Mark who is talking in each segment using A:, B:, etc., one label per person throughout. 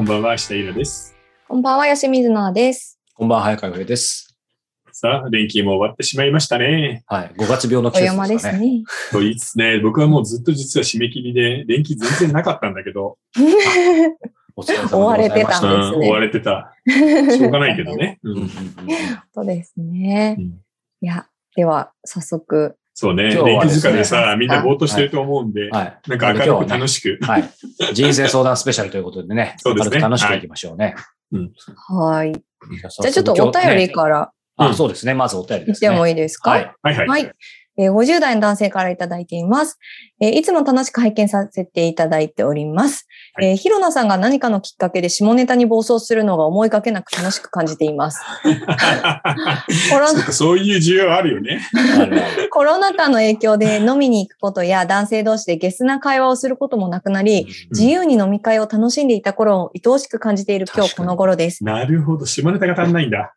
A: んばんは、下井です。
B: こんばんは、吉水奈です。
C: こんばんは、早川洋平です。
A: さあ、連休も終わってしまいましたね。
C: はい。5月病の
B: お
C: 季節
B: 山
C: で
B: ですす
C: かね。
B: ね。
A: と言いつつね、 僕はもうずっと実は締め切りで、連休全然なかったんだけど、
C: お疲れ様でございました
B: 追われてた
A: う
B: そうんですね
A: 追われてた。しょうがないけど。ね。う
C: うんうんうん
A: ん、
B: そうですね。
A: うん
B: いや、では、早速。
A: そうね、
C: 今日
A: 連
C: は
A: 休
C: です
A: 疲
C: ね
A: れさ、みんなぼーっとしてると思うんで、
C: はい。
A: なんか明るく楽
C: し
A: しく。
C: く。はい。人生相談スペシャルということでね、
A: そうですね
C: 明るく楽しくいきましょうね。
B: はい。じ
C: じゃあ
B: ゃあ、ちょっとお便りから
A: う
C: あ、
A: ん
C: そうですね。まずお便りで
B: 見
C: すね。
B: てもいいですか、
C: はい。
A: はいはい。
B: はい。えー50代の男性からいただいています。えーいつも楽しく拝見させていただいております。えーひろなさんが何かのきっかけで下ネタに暴走するのが思いがけなく楽しく感じて います。コロ
A: そ
B: ナ
A: うかそういう需要あるよね。
C: あるある
B: コロナ禍の影響で飲みに行くことや男性同士でゲスな会話をすることもなくなり、
A: うん
B: 自由に飲み会を楽しんでいた頃を愛おしく感じている今日
C: 確か
B: こ
C: に
B: の頃です。
A: なるほど、下ネタが足んないんだ。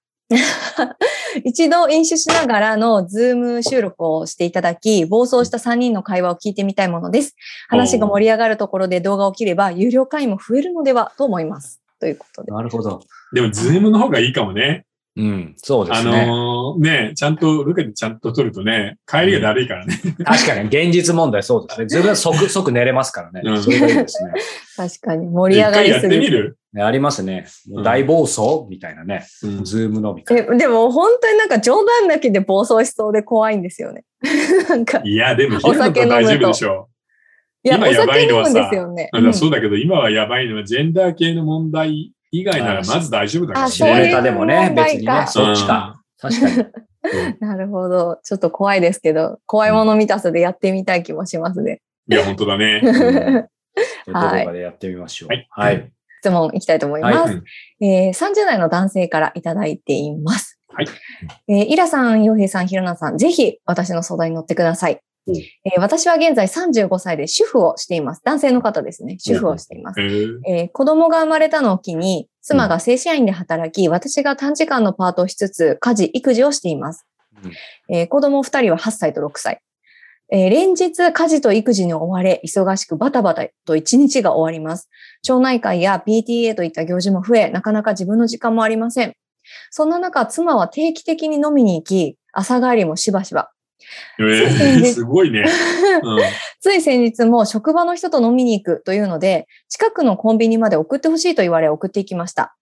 B: 一度飲酒しながらのズーム収録をしていただき、暴走した3人の会話を聞いてみたいものです。話が盛り上がるところで動画を切れば、有料会員も増えるのではと思います。ということで。
C: なるほど。
A: でも、ズームの方がいいかもね。
C: うん。そうで
A: あ
C: すね。
A: のーね、ちゃんと、ロケでちゃんと撮るとね、帰りがだるいからね。
C: 確かに、現実問題そうですね。自分 は即、即寝れますからね
A: うん。
C: それがいいですね
B: 確かに盛り上が
A: 一回
B: り
A: やっ
B: す
A: てみ
B: ぎて。
A: る、
C: ね。ありますね。もう大暴走みたいなね。ズーム飲み会。
B: えでも本当になんか冗談抜きで暴走しそうで怖いんですよね。 なんか、
A: いや、でも、昼のと大丈夫でしょ
B: いや、
A: 今
B: お
A: やば
B: 酒
A: い
B: 飲
A: のは
B: む
A: さ
B: んですよね。
A: う。
B: うん
A: だそうだけど、今はやばいのは、ジェンダー系の問題以外ならまず大丈夫だから
B: あ
A: ね。
B: そ
C: 下
B: ういう
C: ネタでもね、別にね、そっちか。確かに。
B: なるほど。ちょっと怖いですけど、怖いもの見たさでやってみたい気もしますね。
A: いや、本当だね。
C: うんどこ
B: はい
C: かでやってみましょう。
A: はい
C: はい。
B: 質問いきたいと思います。
C: は
B: えー30代の男性からいただいています。
A: はい
B: えーイラさん、ヨヘイさん、ヒロナさん、ぜひ私の相談に乗ってください。
A: うん
B: えー私は現在35歳で主婦をしています。男性の方ですね。主婦をしています。
A: えー
B: えー子供が生まれたのを機に、妻が正社員で働き、私が短時間のパートをしつつ、家事、育児をしています。えー子供2人は8歳と6歳。えー連日家事と育児に追われ、忙しくバタバタと一日が終わります。町内会や PTA といった行事も増え、なかなか自分の時間もありません。そんな中、妻は定期的に飲みに行き、朝帰りもしばしば。
A: えーすごい ね。うん
B: つい先日も職場の人と飲みに行くというので、近くのコンビニまで送ってほしいと言われ送っていきました。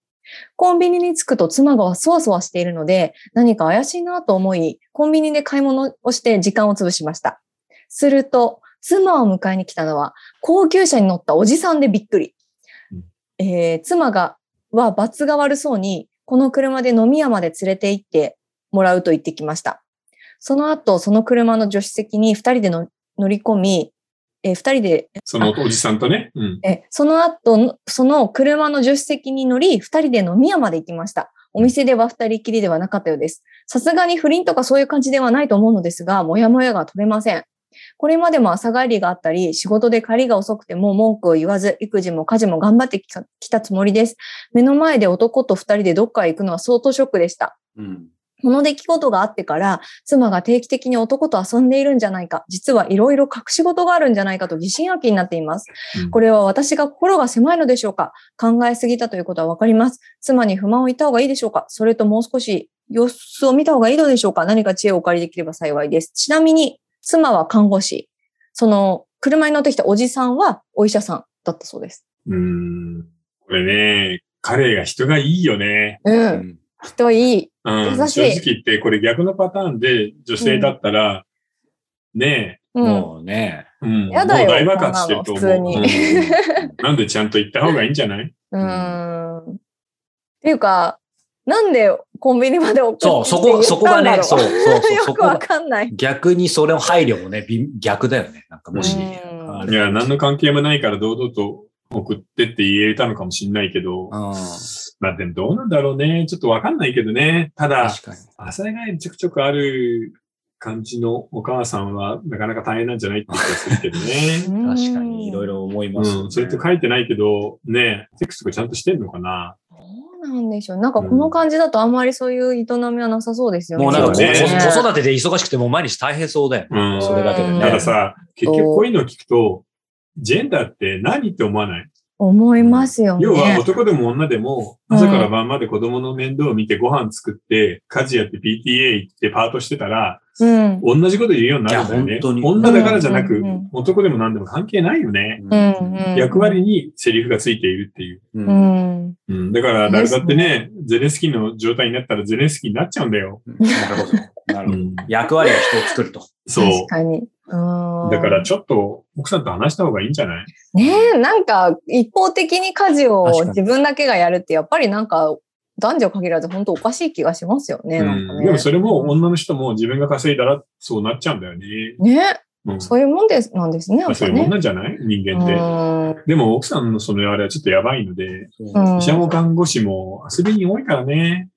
B: コンビニに着くと妻がそわそわしているので、何か怪しいなと思い、コンビニで買い物をして時間を潰しました。すると、妻を迎えに来たのは、高級車に乗ったおじさんでびっくり
A: うん。
B: えー妻が、は、罰が悪そうに、この車で飲み屋まで連れて行ってもらうと言ってきました。その後、その車の助手席に二人での乗り込み、えー二人で、
A: そのおじさんとね。うん
B: えーその後の、その車の助手席に乗り、二人で飲み屋まで行きました。お店では二人きりではなかったようです。さすがに不倫とかそういう感じではないと思うのですが、もやもやが取れません。これまでも朝帰りがあったり、仕事で帰りが遅くても文句を言わず、育児も家事も頑張ってきたきたつもりです。目の前で男と二人でどっかへ行くのは相当ショックでした。
C: うん
B: この出来事があってから、妻が定期的に男と遊んでいるんじゃないか、実はいろいろ隠し事があるんじゃないかと疑心暗鬼になっています。
A: うん
B: これは私が心が狭いのでしょうか考えすぎたということはわかります。妻に不満を言った方がいいでしょうかそれともう少し様子を見た方がいいのでしょうか何か知恵をお借りできれば幸いです。ちなみに、妻は看護師。その、車に乗ってきたおじさんはお医者さんだったそうです。
A: うんこれね、彼が人がいいよね。
B: う。
C: うんん
B: 人いい。
A: うん
B: 優しい
A: 正直言って、これ逆のパターンで女性だったら、ね
B: うん。
C: もうね。
A: え、うん
B: やだよ
A: もう大爆発してると思う。
B: こんなの普通に
A: うんなんでちゃんと言った方がいいんじゃない
B: うん。っていうか、なんでコンビニまで送って
C: そう、そこ、そこがね、そう、そう、そう、そ
B: よ
C: こ
B: くわ
C: が。
B: かんない。
C: 逆にそれの配慮もね、び逆だよね。なんかもし
A: う。
C: あ
A: い
C: れ
A: や、何の関係もないから堂々と送ってって言えたのかもしれないけど、
C: うん
A: まあでもどうなんだろうね。ちょっとわかんないけどね。ただ、
C: 確かに。
A: 朝以外にちょくちょくある感じのお母さんはなかなか大変なんじゃないって気がするけど ね。
B: 確
C: 確かに、いろい。ろ思いますよね。
A: うん、それと書いてないけど、ね、セックスとかちゃんとしてんのかな
B: どうなんでしょう。なんかこの感じだとあんまりそういう営みはなさそうですよね。
C: もうなんかこ、
A: そうね
C: 子育てで忙しくてもう毎日大変そうだよね。
A: うん。
C: それだけで
B: うん
C: ね。
A: たださ、結局こういうのを聞くと、ジェンダーって何って思わない
B: 思いますよね。
A: 要は男でも女でも、朝から晩まで子供の面倒を見てご飯作って、家事やって PTA 行ってパートしてたら、
B: うん。
A: 同じこと言うようになるんだよ
C: い
A: ね
C: や。本当に
A: 女だからじゃなく
B: うんうんうん、
A: 男でも何でも関係ないよね。
B: うんうん
A: 役割にセリフがついているっていう。
C: う
B: うんん。
A: うん、だから、誰だってね、ゼレンスキーの状態になったらゼレンスキーになっちゃうんだよ。
C: なるほど。なる
A: う
C: ほど。
A: ん、
C: 役割を人を作ると。
A: そう
B: 確。かに。うん
A: だから、ちょっと奥さんと話した方がいいんじゃない
B: ねえ、なんか一方的に家事
C: 確
B: を
C: かに
B: 自分だけがやるって、やっぱりなんか男女限らず本当おかしい気がしますよね。
A: う
B: なんか
A: ん、
B: ね
A: でもそれも女の人も自分が稼いだらそうなっちゃうんだよね。
B: ね
A: うん、
B: そういうもんです、なんですね、や
A: まあ
B: っ
A: そ
B: ぱ
A: ういうもん
B: ね。
A: なんじゃない人間
B: う
A: って。
B: ん
A: でも奥さんのそのあれはちょっとやばいので、
B: うん
A: 医者も看護師も遊びに多いからね。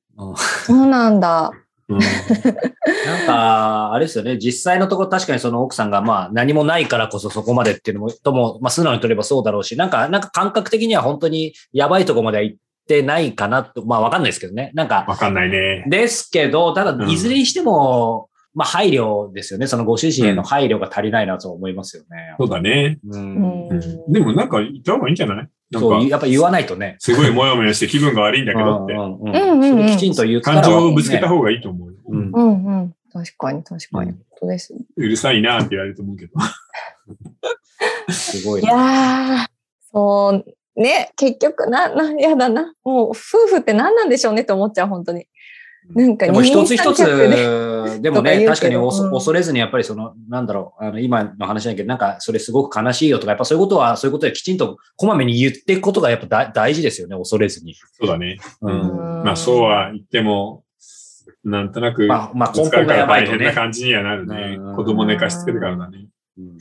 B: そうなんだ。
A: うん、
C: なんか、あれですよね。実際のところ確かにその奥さんがまあ何もないからこそそこまでっていうのも、とも、まあ素直に取ればそうだろうし、なんか、なんか感覚的には本当にやばいとこまでは行ってないかなと、まあわかんないですけどね。なんか、
A: わかんないね。
C: ですけど、た
A: う
C: だ、
A: ん
C: いずれにしても、まあ配慮ですよね。そのご主人への配慮が足りないなと思いますよね。
A: そうだね。
C: うん。
A: うん、でもなんか言った方がいいんじゃないなん
C: そう、
A: か、
C: やっぱ言わないとね。
A: すごいモヤモヤして気分が悪いんだけどって
C: う。んう
B: う
C: ん
B: んうんうん
C: それきちんと言ったら
A: 感情をぶつけた方がいいと思うよ。
C: う
A: うんん、
B: うんうん。確かに、確かに。
C: う
B: 本当です。いう
A: るさいなって言われると思うけど。
C: すごい。
B: やー、そう、ね、結局、な、な、やだな。もう、夫婦って何なんでしょうねって思っちゃう、本当に。なんか
C: でも
B: 二
C: 一
B: 人
C: つ
B: 三
C: 一
B: 脚で
C: つ、でも
B: とか言うけ
C: ね、
B: ど
C: 確かにおそ
B: うん
C: 恐れずに、やっぱりその、なんだろう、あの、今の話だけど、なんか、それすごく悲しいよとか、やっぱそういうことは、そういうことできちんと、こまめに言っていくことが、やっぱ大大事ですよね、恐れずに。
A: そうだね。
C: う。
B: うんん
A: まあそうは言っても、なんとなく、
C: まあ、まあ、
A: ぶ
C: 根
A: つか
C: 本
A: るか
C: がや
A: ら
C: ばい
A: 大
C: と
A: 変な
C: ね。
A: 感じにはなるね
C: うん。
A: 子供寝かしつけるからだね。
C: うん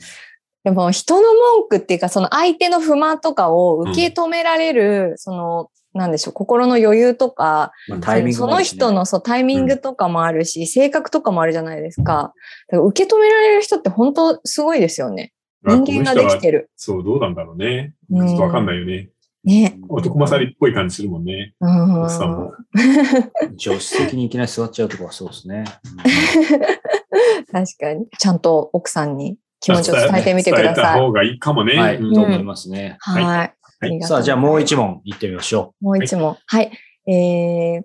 B: でも人の文句っていうか、その相手の不満とかを受け止められる、その、なんでしょう、心の余裕とか、
C: まあタイミング
B: そ
C: も
B: の
C: ですね
B: 人のそうタイミングとかもあるし、性格とかもあるじゃないですか。だから受け止められる人って本当すごいですよね。
A: まあ
B: 人間がで
A: この人
B: き
A: は
B: てる。
A: そう、どうなんだろうね。ち
B: うん
A: ょっとわかんないよね。
B: ね。
A: 男勝りっぽい感じするもんね。
B: うん。
A: 奥さんも。
C: 助手席にいきなり座っちゃうとかはそうですね。
B: 確かに。ちゃんと奥さんに気持ちを伝えてみてくだ
A: 伝えた
B: さい。
A: 方がいいかもね。
C: はい、と
A: うん
C: 思いますね。
A: い
B: はい。りがと
C: さあ、じゃあもう一問いってみましょ
B: もう一問。はい。えー、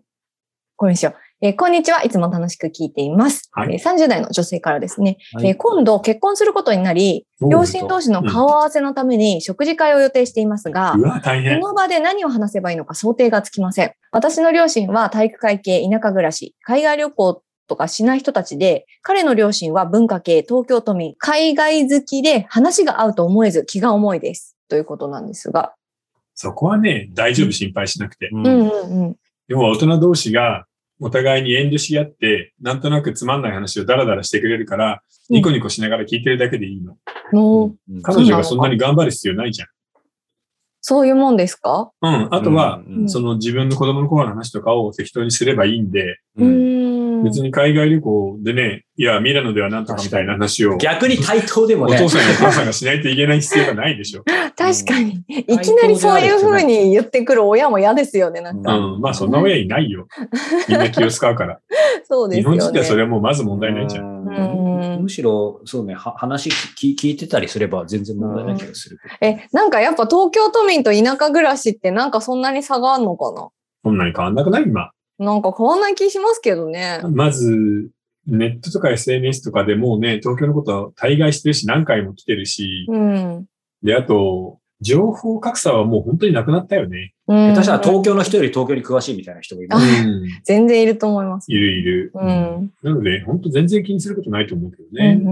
B: これにしよう。えーこんにちは。いつも楽しく聞いています。
A: はい
B: えー30代の女性からですね、
C: はい
B: えー今度結婚することになり、
C: う。
B: 両親同士の顔合わせのために食事会を予定していますが、
A: うわ、大変。
B: この場で何を話せばいいのか想定がつきません。私の両親は体育会系、田舎暮らし、海外旅行とかしない人たちで、彼の両親は文化系、東京都民、海外好きで話が合うと思えず気が重いです。ということなんですが。
A: そこはね、大丈夫心配しなくて。
C: う
B: うんんうんうん。
A: 要は大人同士がお互いに遠慮し合って、なんとなくつまんない話をダラダラしてくれるから、
B: うん
A: ニコニコしながら聞いてるだけでいいの。
B: もう、
C: うん
A: 彼女がそんなに頑張る必要ないじゃん。
B: そういうもんですか
A: うん。あとは、
C: うんうん
A: その自分の子供の頃の話とかを適当にすればいいんで、
B: う
C: うん
B: ーん。
A: 別に海外旅行でね、いや、ミラノではなんとかみたいな話を、
C: 逆に対等でも
A: お
C: ね。
A: 父さんやお母さんがしないといけない必要がないでしょ。
B: 確かに。
C: ん
B: いきなりそういう風に言ってくる親も嫌ですよね。なんか、
A: うん。まあ、そんな親いない よ。みんな気を使うから。
B: そうで
A: 日
B: すよ
A: 本
B: ね。
A: 人ではそれはもうまず問題ないじゃん。
B: うん
C: むしろ、そうね、は話き聞いてたりすれば全然問題ない気がする。
B: え、なんかやっぱ東京都民と田舎暮らしってなんかそんなに差があるのかな
A: そんなに変わんなくない今。
B: なんか変わんない気しますけどね。
A: まず、ネットとか SNS とかでもうね、東京のことは大概してるし、何回も来てるし、
B: うん。
A: で、あと、情報格差はもう本当になくなったよね。
B: うん、
C: 下手したら東京の人より東京に詳しいみたいな人もいま
A: う
C: す。
A: ん。
B: 全然いると思います。
A: いるいる。
B: うん。
A: なので、本当全然気にすることないと思うけど
B: うんう
A: ね。
B: んうんう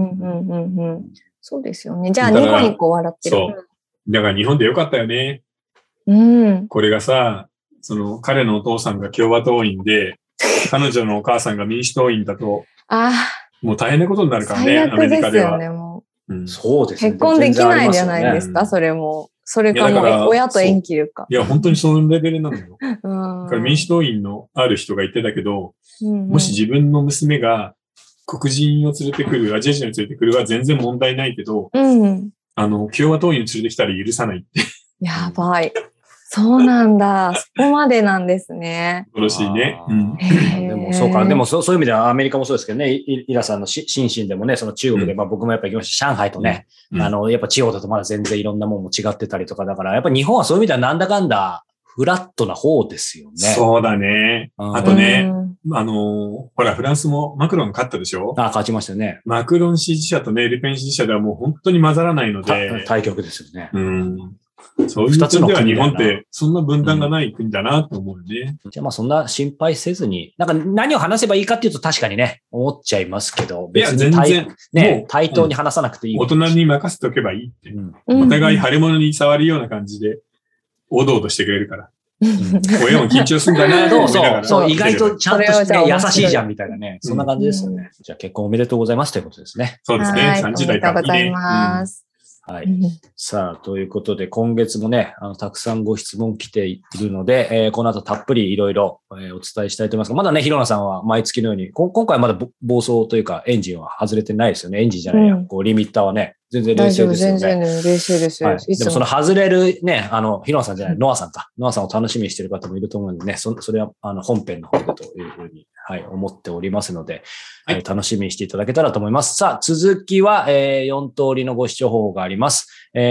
B: んうん。そうですよね。じゃあ、
A: だ
B: ニ
A: から
B: コニコ笑ってる。
A: そうだから日本でよかったよね。
B: うん。
A: これがさ、その彼のお父さんが共和党員で、彼女のお母さんが民主党員だと、
B: あ
A: もう大変なことにな
B: あ、
A: るからね、
B: 最
A: アメ
B: 悪
A: リ
B: で
A: カ
B: す
A: で
B: よ
A: は。
B: ね、も
A: うん
C: そうで
B: う。
C: すね。
B: 結婚できないじゃな
A: 全
B: いです
A: 然ありますよ
B: か、
A: ね
B: それも。それか
A: い
B: も
A: やだから
B: う、親と遠距離か。
A: いや、本当にそのレベルなのよ。だ
B: うん
A: から民主党員のある人が言ってたけど、
B: うんうん
A: もし自分の娘が黒人を連れてくる、アジア人を連れてくるは全然問題ないけど、
B: うん。
A: あの、共和党員を連れてきたら許さないって。
B: やばい。そうなんだ。そこまでなんですね。
A: 恐ろしいね。うん。
B: へー
C: でも、そうか。でもそ、そういう意味ではアメリカもそうですけどね、イイラさんのしシンシンでもね、その中国で、
A: うん
C: まあ僕もやっぱ行きました。上海とね、
A: うん
C: あの、やっぱ地方だとまだ全然いろんなもんも違ってたりとか、だから、やっぱ日本はそういう意味ではなんだかんだ、フラットな方ですよね。
A: そうだね。
C: うん
A: あとね、
B: うん
A: あのーほら、フランスもマクロン勝ったでしょ
C: あ、勝ちましたよね。
A: マクロン支持者とね、ルペン支持者ではもう本当に混ざらないの
C: た
A: で、
C: 対局ですよね。
A: うん。そういう
C: 二つ
A: 点
C: の
A: では日
C: 国だよ
A: 本
C: な
A: ってそんな分断がない国だなと思うよね。
C: じゃあまあそんな心配せずに、なんか何を話せばいいかっていうと確かにね、思っちゃいますけど、
A: いや、
C: に
A: 全
C: 対
A: 然、も
C: ね
A: う、
C: 対等に話さなくていい。
A: 大人に任せておけばいいって。
C: うん
A: お互い腫れ物に触るような感じで、おどおどしてくれるから。親も緊張するんだなと
C: そう
A: 思いなが
C: そう、
A: ら。
C: そう、意外とちゃんと
B: それを
C: し
B: じ
C: て
B: ゃあ面白
C: 優
B: い
C: しいじゃんみたいなね、そんな感じですよね。じゃあ結婚おめでとうございますということですね。
A: そうですね。
B: はい
A: 3時代から、。
B: おめでとうございますす。
C: はい。さあ、ということで、今月もね、あの、たくさんご質問来ているので、えーこの後たっぷりいろいろ、えーお伝えしたいと思いますが、まだね、ひろなさんは毎月のように、こ今回まだぼ暴走というか、エンジンは外れてないですよね。エンジンじゃないや、
B: うん
C: こう、リミッターはね、全然冷
B: 大丈
C: 静
B: 夫、
C: ですよ
B: 全
C: ね。
B: 然冷静ですよ。
C: はいい、で
B: つ
C: もその
B: も。
C: 外れるね、あの、ヒロさんじゃない、
B: うん
C: ノアさんか。ノアさんを楽しみにしている方もいると思うんでね、そそれはあの本編の方でというふうに、はい、思っておりますので、
A: はい
C: はい、楽しみにしていただけたらと思います。さあ、続きは、え4通りのご視聴方法があります。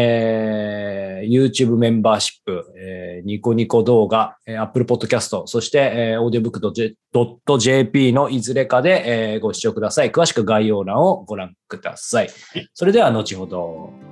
C: えー YouTube メンバーシップ、えーニコニコ動画、えー Apple Podcast、そして、えー audiobook.jp のいずれかで、えーご視聴ください。詳しく概要欄をご覧ください。それでは後ほど。